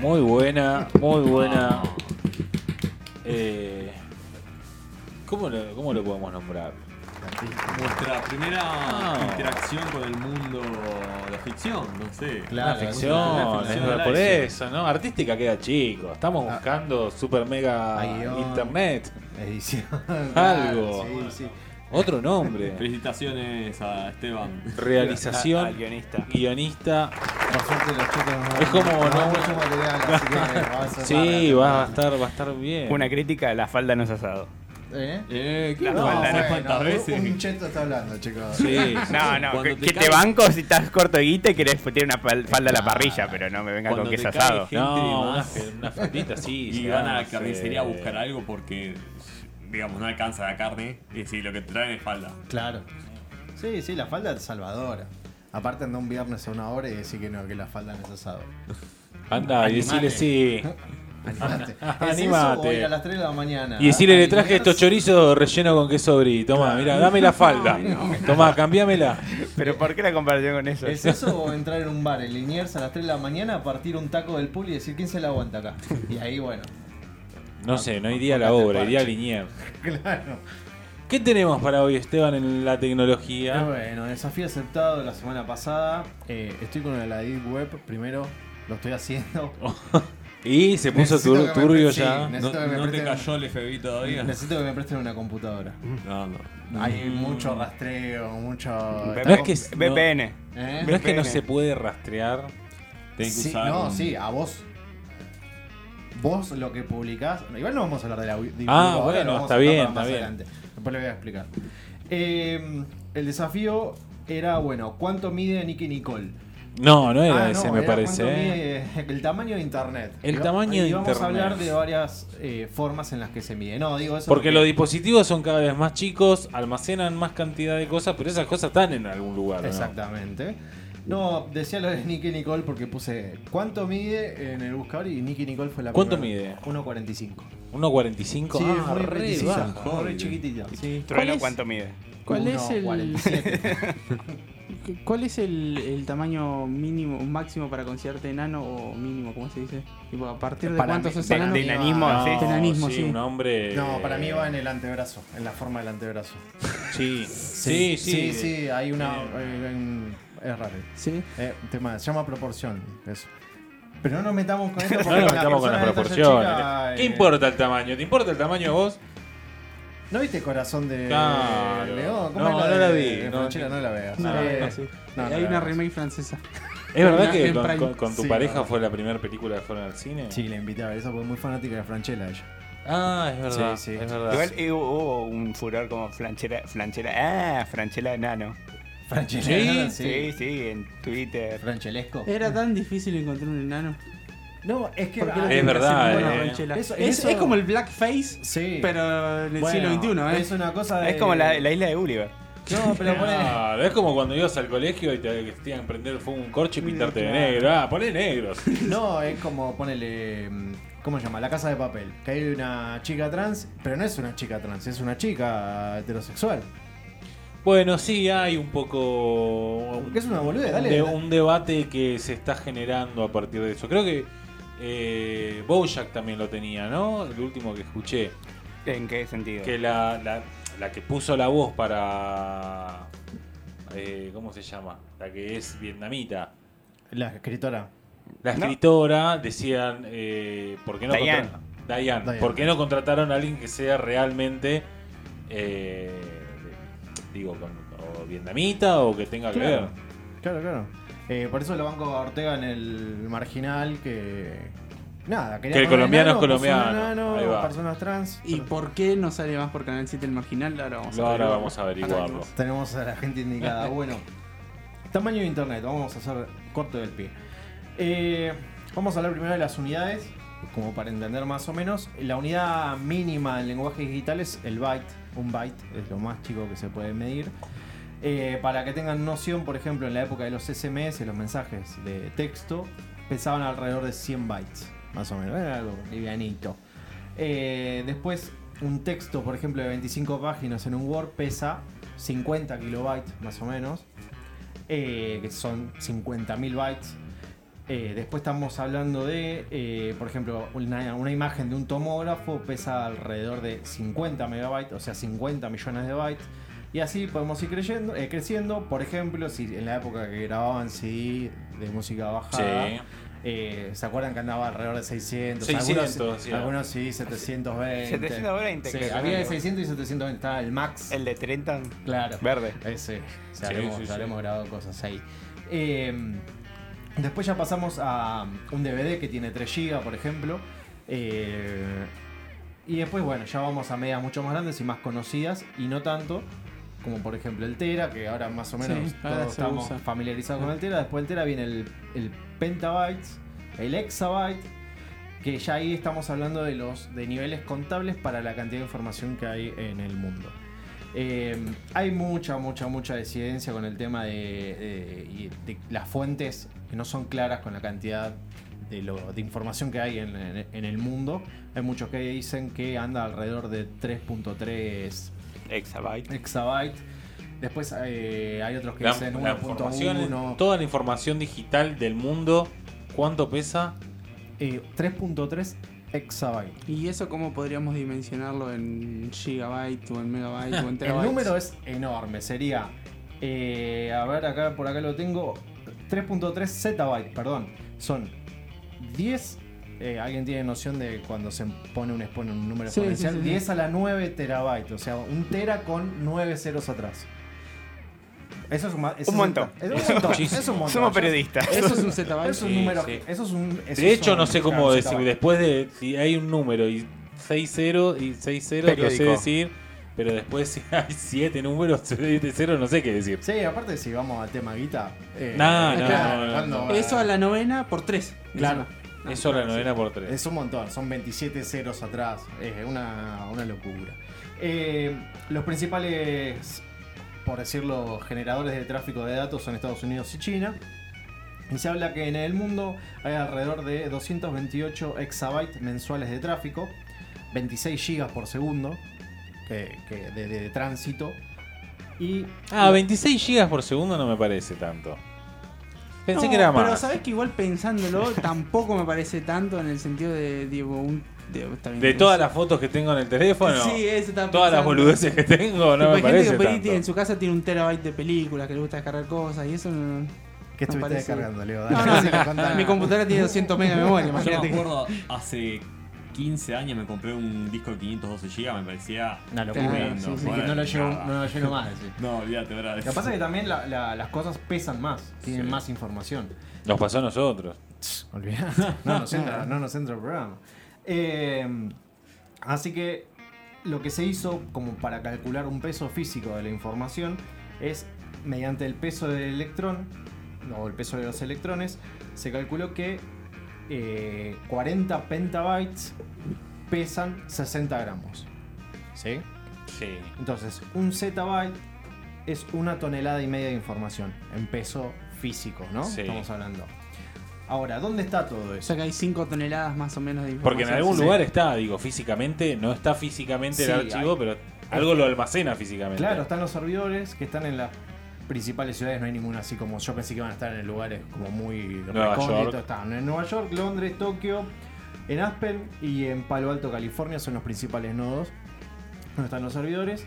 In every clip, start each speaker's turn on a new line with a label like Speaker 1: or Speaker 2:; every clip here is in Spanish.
Speaker 1: Muy buena, muy buena. Eh, ¿cómo, lo, ¿Cómo lo podemos nombrar?
Speaker 2: Nuestra primera
Speaker 1: Ah.
Speaker 2: interacción con el mundo de ficción, no sé.
Speaker 1: Una
Speaker 3: Claro,
Speaker 1: ficción,
Speaker 2: una Ah.
Speaker 1: es
Speaker 2: ficción.
Speaker 1: por eso, ¿no? Artística queda chico. Estamos buscando super mega
Speaker 3: Hay guión.
Speaker 1: internet.
Speaker 3: Edición.
Speaker 1: Algo.
Speaker 3: Sí, sí.
Speaker 1: Otro nombre.
Speaker 2: Felicitaciones a Esteban.
Speaker 1: Realización.
Speaker 4: Al guionista.
Speaker 1: Guionista.
Speaker 3: Por suerte los chicos.
Speaker 1: Es como,
Speaker 3: no,
Speaker 1: ¿no?
Speaker 3: mucho material, así que va a ser
Speaker 1: Sí,
Speaker 3: bárbaro.
Speaker 1: va a estar, va a estar bien.
Speaker 4: Una crítica, la falda no es asado.
Speaker 3: ¿Eh?
Speaker 2: Eh,
Speaker 4: La
Speaker 3: No,
Speaker 4: falda,
Speaker 3: bueno,
Speaker 2: ¿Cuántas
Speaker 3: un-
Speaker 2: veces?
Speaker 3: Un cheto está hablando, chicos.
Speaker 1: Sí, sí.
Speaker 4: No, no,
Speaker 2: Cuando
Speaker 4: que
Speaker 2: te
Speaker 4: que te,
Speaker 2: cae-
Speaker 4: banco si estás corto de guita y querés tirar una fal- falda a la
Speaker 3: Claro.
Speaker 4: parrilla, pero no me venga
Speaker 2: Cuando
Speaker 4: con que es
Speaker 2: te cae
Speaker 4: asado.
Speaker 2: gente
Speaker 1: No,
Speaker 2: de
Speaker 1: una,
Speaker 2: más.
Speaker 1: una faldita, sí.
Speaker 2: Y
Speaker 1: se
Speaker 2: van a la
Speaker 1: hace.
Speaker 2: carnicería a buscar algo porque, digamos, no alcanza la carne. Y si lo que traen es falda.
Speaker 3: Claro. Sí, sí, la falda es salvadora. Aparte anda un viernes a una hora y decir que no, que la falda no es asado.
Speaker 1: Anda, y decirle sí.
Speaker 3: Animate.
Speaker 1: Ah,
Speaker 3: ¿Es
Speaker 1: animate.
Speaker 3: Eso, o ir a las 3 de la mañana.
Speaker 1: Y decirle, le traje
Speaker 3: Alinearse.
Speaker 1: estos chorizos relleno con queso brie. Tomá, mirá, dame la falda. Tomá, cambiámela.
Speaker 4: Pero ¿por qué la comparación con eso?
Speaker 3: ¿Es eso o entrar en un bar, en Liniers a las 3 de la mañana, partir un taco del pool y decir quién se la aguanta acá? Y ahí, bueno.
Speaker 1: No sé, no iría a la obra, iría a Linier.
Speaker 3: Claro.
Speaker 1: ¿Qué tenemos para hoy, Esteban, en la
Speaker 3: Pero
Speaker 1: tecnología?
Speaker 3: bueno, desafío aceptado la semana pasada. Eh, estoy con la Deep Web primero. Lo estoy haciendo.
Speaker 1: Y se puso
Speaker 3: Necesito
Speaker 1: tur-
Speaker 3: que me
Speaker 1: turbio
Speaker 3: sí,
Speaker 1: ya.
Speaker 3: necesito
Speaker 2: ¿No,
Speaker 3: que me
Speaker 2: no te
Speaker 3: presten-
Speaker 2: cayó el FBI todavía?
Speaker 3: Necesito que me presten una computadora.
Speaker 2: No, no.
Speaker 1: Mm.
Speaker 3: Hay mucho rastreo, mucho.
Speaker 1: No es que es-
Speaker 4: VPN.
Speaker 3: ¿Eh?
Speaker 1: ¿No es que no
Speaker 4: VPN.
Speaker 1: se puede rastrear?
Speaker 2: Tienen que
Speaker 3: Sí,
Speaker 2: usar
Speaker 3: no,
Speaker 2: un-
Speaker 3: sí, a vos. Vos lo que publicás. Igual no vamos a hablar de la de
Speaker 1: Ah,
Speaker 3: ahora,
Speaker 1: bueno,
Speaker 3: lo vamos
Speaker 1: está
Speaker 3: a hablar
Speaker 1: bien,
Speaker 3: para más
Speaker 1: está bien.
Speaker 3: adelante. Después lo voy a explicar. Eh, el desafío era, bueno, ¿cuánto mide Nicky Nicole?
Speaker 1: No, no era
Speaker 3: Ah,
Speaker 1: ese,
Speaker 3: no,
Speaker 1: me
Speaker 3: era
Speaker 1: parece.
Speaker 3: cuánto
Speaker 1: ¿eh?
Speaker 3: mide el tamaño de internet.
Speaker 1: El
Speaker 3: Y va-
Speaker 1: tamaño de
Speaker 3: y vamos
Speaker 1: Internet.
Speaker 3: a hablar de varias eh, formas en las que se mide. No, digo eso.
Speaker 1: Porque los dispositivos son cada vez más chicos, almacenan más cantidad de cosas, pero esas cosas están en algún lugar. ¿no?
Speaker 3: Exactamente. No, decía lo de Nicky Nicole porque puse cuánto mide en el buscador y Nicky Nicole fue la
Speaker 1: ¿Cuánto
Speaker 3: primera.
Speaker 1: mide?
Speaker 3: 1.45.
Speaker 1: ¿1.45?
Speaker 3: Sí,
Speaker 1: ah,
Speaker 3: muy
Speaker 1: re
Speaker 3: precisa,
Speaker 1: bajo.
Speaker 2: bajo.
Speaker 3: re chiquitita. Sí.
Speaker 4: Trueno,
Speaker 5: es?
Speaker 4: ¿cuánto mide?
Speaker 5: ¿Cuál es el-
Speaker 3: 1.47.
Speaker 5: ¿Cu- ¿Cuál es el, el tamaño mínimo, máximo para considerarte enano o mínimo? ¿Cómo se dice? Tipo, ¿A partir de
Speaker 3: Para
Speaker 5: cuánto
Speaker 3: mí-
Speaker 5: sos
Speaker 4: De,
Speaker 5: enano?
Speaker 4: de enanismo,
Speaker 1: No,
Speaker 4: sí.
Speaker 5: Tenanismo, sí.
Speaker 1: Un hombre.
Speaker 3: No, para mí va en el antebrazo, en la forma del antebrazo.
Speaker 1: Sí, sí, sí.
Speaker 3: Sí, sí, hay una.
Speaker 1: Sí.
Speaker 3: eh, en- es raro.
Speaker 5: Sí.
Speaker 3: Eh, un tema, se llama proporción. Eso. Pero no nos metamos con esto
Speaker 1: No
Speaker 3: porque
Speaker 1: nos
Speaker 3: la
Speaker 1: metamos con las
Speaker 3: persona de talla
Speaker 1: proporciones.
Speaker 3: chica,
Speaker 1: ¿Qué
Speaker 3: eh,
Speaker 1: importa el tamaño? ¿Te importa el tamaño a vos?
Speaker 3: ¿No viste Corazón de
Speaker 1: Claro.
Speaker 3: León?
Speaker 1: No,
Speaker 3: es
Speaker 1: no la
Speaker 3: de-
Speaker 1: vi,
Speaker 3: de
Speaker 1: no,
Speaker 3: Franchella?
Speaker 1: no.
Speaker 3: no, la veas.
Speaker 5: No,
Speaker 3: Eh,
Speaker 5: no, no, sí.
Speaker 3: no, no
Speaker 5: Hay
Speaker 3: la
Speaker 5: una
Speaker 3: veas.
Speaker 5: remake francesa.
Speaker 1: ¿Es verdad que
Speaker 5: Imagen
Speaker 1: con,
Speaker 5: Prime.
Speaker 1: con- con tu
Speaker 3: Sí,
Speaker 1: pareja
Speaker 3: verdad.
Speaker 1: fue la primera película que fueron al cine?
Speaker 3: Sí, la invité a ver eso porque es muy fanática de Franchella ella.
Speaker 1: Ah, es verdad.
Speaker 3: Sí, sí.
Speaker 1: Es verdad.
Speaker 4: Igual eh, hubo un furor como flanchera, flanchera, ah, franchela enano.
Speaker 3: Franchella.
Speaker 1: Sí,
Speaker 4: Sí, sí, en Twitter.
Speaker 3: Franchelesco.
Speaker 5: Era tan difícil encontrar un enano.
Speaker 3: No, es que.
Speaker 5: ¿Por qué
Speaker 3: ah,
Speaker 5: lo
Speaker 1: Es
Speaker 5: tienen que
Speaker 1: verdad,
Speaker 5: hacer
Speaker 1: eh.
Speaker 5: con la ranchela?
Speaker 3: Eso-
Speaker 5: es,
Speaker 3: eso-
Speaker 5: es como el blackface,
Speaker 3: Sí.
Speaker 5: pero en el
Speaker 3: Bueno,
Speaker 5: siglo XXI, ¿eh?
Speaker 3: Es una cosa de.
Speaker 4: Es como la, la isla de Gulliver.
Speaker 3: No, pero bueno.
Speaker 1: Claro, Ah, es como cuando ibas al colegio y te tenían que prender fuego un corcho y pintarte de
Speaker 5: claro.
Speaker 1: negro. Ah, poné negros.
Speaker 3: No, es como ponele. mm, ¿Cómo se llama? La casa de papel. Que hay una chica trans, pero no es una chica trans, es una chica heterosexual.
Speaker 1: Bueno, sí, hay un poco.
Speaker 3: Porque es una boludez,
Speaker 1: un
Speaker 3: dale,
Speaker 1: de-
Speaker 3: dale.
Speaker 1: un debate que se está generando a partir de eso. Creo que eh, Bojack también lo tenía, ¿no? El último que escuché.
Speaker 4: ¿En qué sentido?
Speaker 1: Que la, la- la que puso la voz para. eh, ¿Cómo se llama? La que es vietnamita.
Speaker 3: La escritora.
Speaker 1: La
Speaker 4: No.
Speaker 1: escritora decían. eh, ¿Por qué no
Speaker 4: Diane.
Speaker 1: contra- Diane,
Speaker 3: Diane.
Speaker 1: ¿Por qué no contrataron a alguien que sea realmente. eh, digo, con- o vietnamita o que tenga que
Speaker 3: Claro.
Speaker 1: ver?
Speaker 3: Claro, claro. Eh, por eso lo banco a Ortega en el marginal que. Nada, quería
Speaker 1: Que el
Speaker 3: poner
Speaker 1: colombiano es
Speaker 3: enano, puso un
Speaker 1: colombiano.
Speaker 3: enano,
Speaker 1: Ahí va.
Speaker 3: personas trans.
Speaker 5: ¿Y por qué no sale más por Canal 7 el marginal? Ahora vamos a
Speaker 1: Ahora
Speaker 5: averiguarlo.
Speaker 1: vamos a averiguarlo.
Speaker 3: Tenemos a la gente indicada. Bueno, tamaño de internet, vamos a hacer corto del pie. Eh, vamos a hablar primero de las unidades, como para entender más o menos. La unidad mínima en lenguaje digital es el byte. Un byte es lo más chico que se puede medir. Eh, para que tengan noción, por ejemplo, en la época de los SMS, los mensajes de texto pesaban alrededor de 100 bytes, más o menos. Era algo livianito. Eh, después, un texto, por ejemplo, de 25 páginas en un Word pesa 50 kilobytes, más o menos, eh, que son 50.000 bytes. Eh, después estamos hablando de, eh, por ejemplo, una, una imagen de un tomógrafo pesa alrededor de 50 megabytes, o sea, 50 millones de bytes. Y así podemos ir creyendo, eh, creciendo. Por ejemplo, si en la época que grababan CD de música bajada,
Speaker 1: Sí.
Speaker 3: eh, ¿se acuerdan que andaba alrededor de 600?
Speaker 1: 600,
Speaker 3: algunos,
Speaker 1: sí.
Speaker 3: algunos sí, 720.
Speaker 4: 720,
Speaker 3: Sí,
Speaker 4: creo.
Speaker 3: había de 600 y 720, estaba el max.
Speaker 4: El de 30
Speaker 3: claro.
Speaker 4: verde.
Speaker 3: Ese, o sea,
Speaker 1: Sí,
Speaker 3: habremos,
Speaker 1: sí, sí.
Speaker 3: habremos grabado cosas ahí. Eh, después ya pasamos a un DVD que tiene 3 GB, por ejemplo. Eh, y después, bueno, ya vamos a medias mucho más grandes y más conocidas y no tanto. Como por ejemplo el Tera, que ahora más o menos
Speaker 5: Sí, ahora
Speaker 3: todos
Speaker 5: se
Speaker 3: estamos
Speaker 5: usa.
Speaker 3: familiarizados con el Tera. Después del Tera viene el, el Pentabytes, el Exabyte, que ya ahí estamos hablando de los de niveles contables para la cantidad de información que hay en el mundo. Eh, hay mucha, mucha, mucha disidencia con el tema de, de- y de las fuentes que no son claras con la cantidad de, lo- de información que hay en, en- en el mundo. Hay muchos que dicen que anda alrededor de 3.3
Speaker 4: Exabyte.
Speaker 3: exabytes. Después eh, hay otros que
Speaker 1: La,
Speaker 3: dicen
Speaker 1: la información,
Speaker 3: 1.1.
Speaker 1: toda la información digital del mundo, ¿cuánto pesa?
Speaker 3: eh, 3.3 exabytes.
Speaker 5: ¿Y eso cómo podríamos dimensionarlo en gigabyte o en megabyte o en terabyte?
Speaker 3: El número es enorme, sería. eh, a ver, acá por acá lo tengo. 3.3 zettabyte, perdón. Son 10. eh, ¿Alguien tiene noción de cuando se pone un, expone un número
Speaker 5: Sí,
Speaker 3: exponencial?
Speaker 5: sí, sí, sí.
Speaker 3: 10 a la 9 terabytes, o sea, un tera con 9 ceros atrás. Eso es un, ma- eso es
Speaker 4: montón.
Speaker 3: eso Es un montón.
Speaker 1: Muchísimo.
Speaker 3: es un montón.
Speaker 4: Somos periodistas.
Speaker 5: Eso es un zettabyte.
Speaker 3: Eso es un
Speaker 1: Sí,
Speaker 3: número.
Speaker 1: sí.
Speaker 3: Eso es un, eso
Speaker 1: De hecho,
Speaker 3: son-
Speaker 1: no sé cómo
Speaker 3: claro,
Speaker 1: decir.
Speaker 3: zettabyte.
Speaker 1: Después de. Si hay un número y 6 ceros y 6 ceros, lo sé
Speaker 4: Periódico.
Speaker 1: decir. Pero después, si hay 7 números, 7 ceros, no sé qué decir.
Speaker 3: Sí, aparte, si vamos al tema guita. eh,
Speaker 1: No, no,
Speaker 3: claro,
Speaker 1: no, no,
Speaker 3: ¿cuándo
Speaker 1: no.
Speaker 3: va?
Speaker 5: Eso a la novena por tres.
Speaker 3: Claro.
Speaker 1: Eso la novena por 3.
Speaker 3: Es un montón, son 27 ceros atrás, es una, una locura. Eh, los principales, por decirlo, generadores de tráfico de datos son Estados Unidos y China. Y se habla que en el mundo hay alrededor de 228 exabytes mensuales de tráfico, 26 gigas por segundo que, que de, de- de tránsito. Y
Speaker 1: Ah, 26 gigas por segundo no me parece tanto. Pensé
Speaker 5: No,
Speaker 1: que era
Speaker 5: Pero
Speaker 1: más.
Speaker 5: sabes que igual pensándolo, tampoco me parece tanto en el sentido de, digo, un. De, está bien,
Speaker 1: De
Speaker 5: no
Speaker 1: todas
Speaker 5: sé.
Speaker 1: las fotos que tengo en el teléfono,
Speaker 5: Sí, eso estaba
Speaker 1: todas las
Speaker 5: pensando.
Speaker 1: boludeces que tengo, no
Speaker 5: Tipo,
Speaker 1: me
Speaker 5: hay gente
Speaker 1: parece
Speaker 5: que por ahí tiene- en
Speaker 1: tanto.
Speaker 5: su casa tiene un terabyte de películas que le gusta descargar cosas y eso no.
Speaker 3: que
Speaker 5: no
Speaker 3: estuviste
Speaker 5: parece-
Speaker 3: descargando, Leo.
Speaker 5: No,
Speaker 3: Dale,
Speaker 5: no,
Speaker 3: sí, contá.
Speaker 5: Mi computadora tiene 200 megas de memoria,
Speaker 2: Yo me
Speaker 5: imagínate.
Speaker 2: acuerdo hace 15 años me compré un disco de 512 GB, me parecía.
Speaker 3: Una locura.
Speaker 5: Claro,
Speaker 2: tremendo,
Speaker 5: sí, sí,
Speaker 3: Sí, que
Speaker 2: joder,
Speaker 3: no lo llevo,
Speaker 2: nada.
Speaker 3: no lo lleno más. sí.
Speaker 2: No, olvídate, ahora
Speaker 3: Lo que pasa es que también la- la- las cosas pesan más, tienen
Speaker 2: Sí.
Speaker 3: más información.
Speaker 1: Nos pasó a nosotros.
Speaker 3: Olvidate. No nos entra, no nos entra el programa. Eh, así que lo que se hizo como para calcular un peso físico de la información es mediante el peso del electrón o el peso de los electrones, se calculó que eh, 40 pentabytes pesan 60 gramos. ¿Sí?
Speaker 1: Sí.
Speaker 3: Entonces, un zettabyte es una tonelada y media de información en peso físico, ¿no?
Speaker 1: Sí.
Speaker 3: Estamos hablando. Ahora, ¿dónde está todo
Speaker 5: O
Speaker 3: eso?
Speaker 5: sea que hay 5 toneladas más o menos de información.
Speaker 1: Porque en algún
Speaker 5: Sí.
Speaker 1: lugar está, digo, físicamente, no está físicamente
Speaker 3: Sí,
Speaker 1: el archivo, pero algo lo almacena físicamente.
Speaker 3: Claro, están los servidores que están en las principales ciudades, no hay ninguna así como yo pensé que iban a estar en lugares como muy
Speaker 1: Nueva
Speaker 3: recónditos.
Speaker 1: York.
Speaker 3: Están en Nueva York, Londres, Tokio, en Aspen y en Palo Alto, California son los principales nodos donde están los servidores.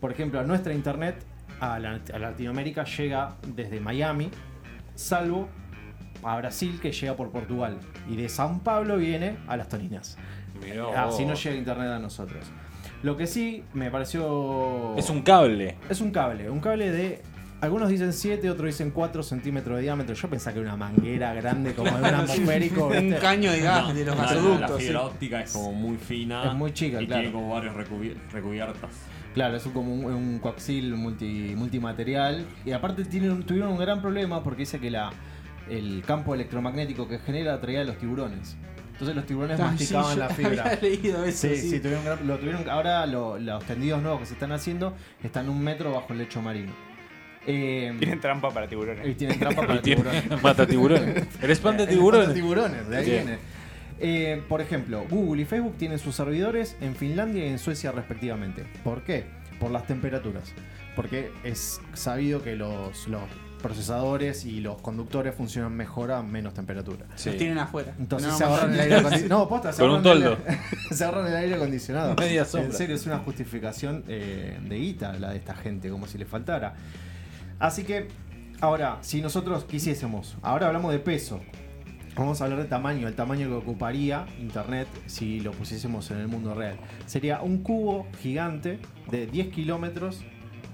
Speaker 3: Por ejemplo, a nuestra internet a, la- a Latinoamérica llega desde Miami, salvo a Brasil que llega por Portugal y de San Pablo viene a las Toninas.
Speaker 1: Mirá
Speaker 5: Ah,
Speaker 1: vos.
Speaker 3: Así no llega internet a nosotros. Lo que sí me pareció
Speaker 1: Es un cable.
Speaker 3: es un cable, un cable de. Algunos dicen 7, otros dicen 4 centímetros de diámetro. Yo pensaba que era una manguera grande como de un atmosférico.
Speaker 5: Un caño de gas de los
Speaker 2: la- La
Speaker 5: gasoductos. sí.
Speaker 2: fibra óptica es como muy fina.
Speaker 3: Es muy chica,
Speaker 2: y
Speaker 3: claro.
Speaker 2: Tiene como varios recubier- recubiertas.
Speaker 3: Claro, es un- como un, un coaxil multi- multimaterial. Y aparte tienen, un- tuvieron un gran problema porque dice que la, el campo electromagnético que genera atraía a los tiburones. Entonces los tiburones
Speaker 5: Ah, sí,
Speaker 3: masticaban
Speaker 5: yo
Speaker 3: la fibra.
Speaker 5: Había leído eso.
Speaker 3: Sí,
Speaker 5: Sí,
Speaker 3: sí, tuvieron gran- lo tuvieron. Ahora lo- los tendidos nuevos que se están haciendo están un metro bajo el lecho marino. Eh,
Speaker 4: Tienen trampa para
Speaker 3: y
Speaker 4: tiburones.
Speaker 3: tienen trampa para tiburones.
Speaker 1: Mata tiburones. El spam de
Speaker 3: El espanto
Speaker 1: tiburones.
Speaker 3: tiburones, de ahí
Speaker 1: Bien.
Speaker 3: viene. Eh, por ejemplo, Google y Facebook tienen sus servidores en Finlandia y en Suecia respectivamente. ¿Por qué? Por las temperaturas. Porque es sabido que los, los procesadores y los conductores funcionan mejor a menos temperatura.
Speaker 1: Sí.
Speaker 5: Los tienen afuera.
Speaker 3: Entonces
Speaker 5: No,
Speaker 3: se ahorran el aire acondicionado. No, posta, se
Speaker 1: Con un
Speaker 3: ahorran el-
Speaker 1: toldo.
Speaker 3: se ahorran el aire acondicionado.
Speaker 1: Media sombra.
Speaker 3: En serio, es una justificación eh, de guita la de esta gente, como si le faltara. Así que, ahora, si nosotros quisiésemos, ahora hablamos de peso. Vamos a hablar de tamaño, el tamaño que ocuparía Internet si lo pusiésemos en el mundo real. Sería un cubo gigante de 10 kilómetros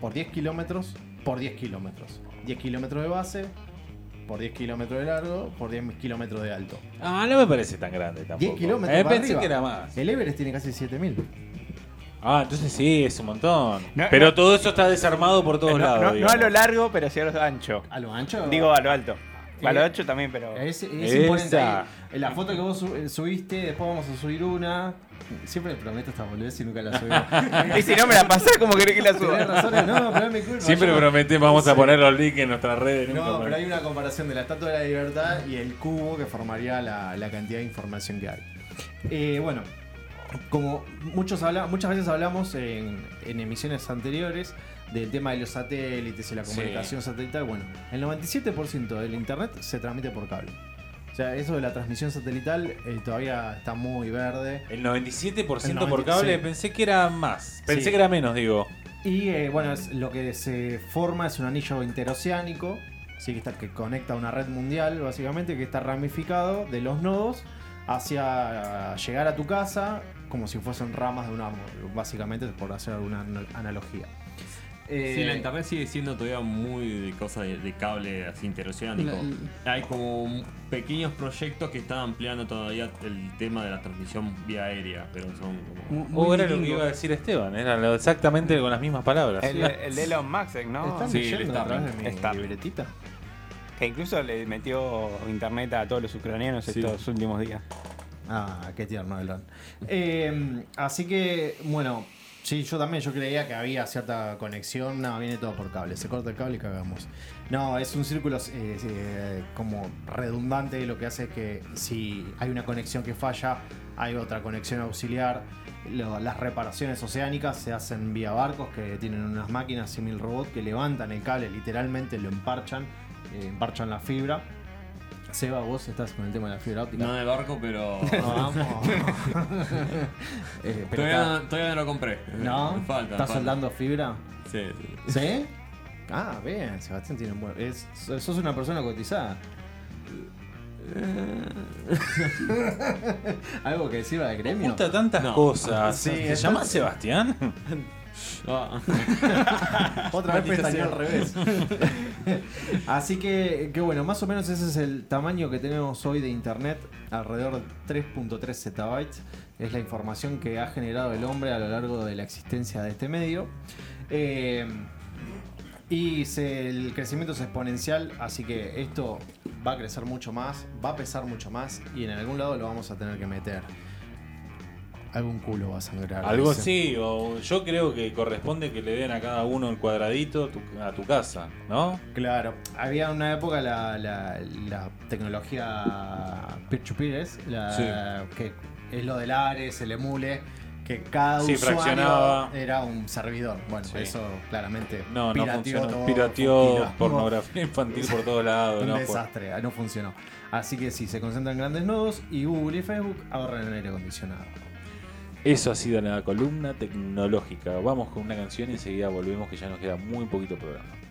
Speaker 3: por 10 kilómetros por 10 kilómetros. 10 kilómetros de base, por 10 kilómetros de largo, por 10 kilómetros de alto.
Speaker 1: Ah, no me parece tan grande tampoco.
Speaker 3: 10 kilómetros.
Speaker 1: Eh,
Speaker 3: para
Speaker 1: pensé
Speaker 3: arriba.
Speaker 1: que era más.
Speaker 3: El Everest tiene casi 7000.
Speaker 1: Ah, entonces sí, es un montón.
Speaker 4: No,
Speaker 1: pero
Speaker 4: no.
Speaker 1: todo eso está desarmado por todos
Speaker 4: No,
Speaker 1: lados.
Speaker 4: no- no
Speaker 1: digamos.
Speaker 4: a lo largo, pero sí a lo ancho.
Speaker 3: ¿A lo ancho?
Speaker 4: Digo, a lo alto. A lo
Speaker 3: Eh,
Speaker 4: ancho también, pero.
Speaker 3: Es, es
Speaker 1: Esa.
Speaker 3: imponente. Ahí, en La foto que vos su- eh, subiste, después vamos a subir una. Siempre prometo esta boludez y nunca la subimos.
Speaker 4: Y si no me la pasás, como querés que la
Speaker 3: Tenés
Speaker 4: suba?
Speaker 3: razón, no, pero es mi culpa.
Speaker 1: Siempre
Speaker 3: yo no-
Speaker 1: prometemos, vamos a poner los links en nuestras redes. nunca
Speaker 3: No,
Speaker 1: más.
Speaker 3: pero hay una comparación de la Estatua de la Libertad y el cubo que formaría la, la cantidad de información que hay. Eh, bueno, como muchos habla, muchas veces hablamos en, en emisiones anteriores del tema de los satélites y la
Speaker 1: Sí.
Speaker 3: comunicación satelital, bueno, el 97% del Internet se transmite por cable. O sea, eso de la transmisión satelital eh, todavía está muy verde.
Speaker 1: El 97%
Speaker 3: El 90,
Speaker 1: por cable,
Speaker 3: sí.
Speaker 1: pensé que era más. Pensé
Speaker 3: Sí.
Speaker 1: que era menos, digo.
Speaker 3: Y eh, bueno, es- lo que se forma es un anillo interoceánico, sí, que, está, que conecta una red mundial, básicamente, que está ramificado de los nodos hacia eh, llegar a tu casa, como si fuesen ramas de un árbol, básicamente, por hacer alguna ano- analogía. Eh,
Speaker 2: Sí, la internet sigue siendo todavía muy de cosas de, de cable así interoceánico.
Speaker 5: La-
Speaker 2: Hay como m- pequeños proyectos que están ampliando todavía el tema de la transmisión vía aérea, pero son como.
Speaker 5: Mu-
Speaker 1: O
Speaker 5: muy
Speaker 1: era lo que
Speaker 5: vikingo.
Speaker 1: iba a decir Esteban, era lo- exactamente con las mismas palabras.
Speaker 4: El, el de Elon Musk, ¿no?
Speaker 3: ¿Están
Speaker 2: Sí,
Speaker 3: leyendo
Speaker 2: el Starlink.
Speaker 3: a través de mi
Speaker 4: Starlink.
Speaker 3: libretita?
Speaker 4: Que incluso le metió internet a todos los ucranianos
Speaker 1: Sí.
Speaker 4: estos últimos días.
Speaker 3: Ah, qué tierno, Elon. Eh, así que, bueno, sí, yo también yo creía que había cierta conexión. No, viene todo por cable. Se corta el cable y cagamos. No, es un círculo eh, eh, como redundante. Lo que hace es que si hay una conexión que falla, hay otra conexión auxiliar. Lo- las reparaciones oceánicas se hacen vía barcos que tienen unas máquinas y mil robots que levantan el cable, literalmente lo emparchan, eh, emparchan la fibra. Seba, vos estás con el tema de la fibra óptica.
Speaker 2: No de barco, pero.
Speaker 3: Vamos. Eh, pero
Speaker 2: todavía,
Speaker 3: está- eh,
Speaker 2: no- todavía no lo compré.
Speaker 3: ¿No?
Speaker 2: Falta.
Speaker 3: ¿Estás
Speaker 2: falta.
Speaker 3: soldando fibra?
Speaker 2: Sí, sí.
Speaker 3: ¿Sí? Ah, bien, Sebastián tiene un buen. Es, sos una persona cotizada. Eh, Algo que sirva de
Speaker 1: Me
Speaker 3: gremio.
Speaker 1: gusta tantas
Speaker 2: No.
Speaker 1: cosas. ¿Se
Speaker 3: entonces-
Speaker 1: llama Sebastián?
Speaker 2: Ah.
Speaker 3: Otra vez
Speaker 2: Maldita
Speaker 3: pestañeó
Speaker 2: sea.
Speaker 3: al revés. Así que, que bueno, más o menos ese es el tamaño que tenemos hoy de internet, alrededor de 3.3 zettabytes. Es la información que ha generado el hombre a lo largo de la existencia de este medio. Eh, y se- el crecimiento es exponencial, así que esto va a crecer mucho más, va a pesar mucho más y en algún lado lo vamos a tener que meter. Algún culo va a sangrar.
Speaker 1: Algo
Speaker 3: dice.
Speaker 1: sí, o yo creo que corresponde que le den a cada uno el cuadradito tu- a tu casa, ¿no?
Speaker 3: Claro, había una época la, la- la tecnología peer-to-peer, es, la, que es lo del Ares, el emule, que cada
Speaker 1: Sí,
Speaker 3: usuario
Speaker 1: fraccionaba.
Speaker 3: era un servidor. Bueno,
Speaker 1: Sí.
Speaker 3: eso claramente
Speaker 1: No, no
Speaker 3: pirateó
Speaker 1: funcionó.
Speaker 3: todo,
Speaker 1: Pirateó
Speaker 3: fue un quilombo,
Speaker 1: pornografía infantil por todos lados,
Speaker 3: Un
Speaker 1: ¿no? Pues, Por-
Speaker 3: desastre, ah, no funcionó. Así que sí, se concentran grandes nodos y Google y Facebook ahorran el aire acondicionado.
Speaker 1: Eso ha sido la columna tecnológica. Vamos con una canción y enseguida volvemos que ya nos queda muy poquito programa.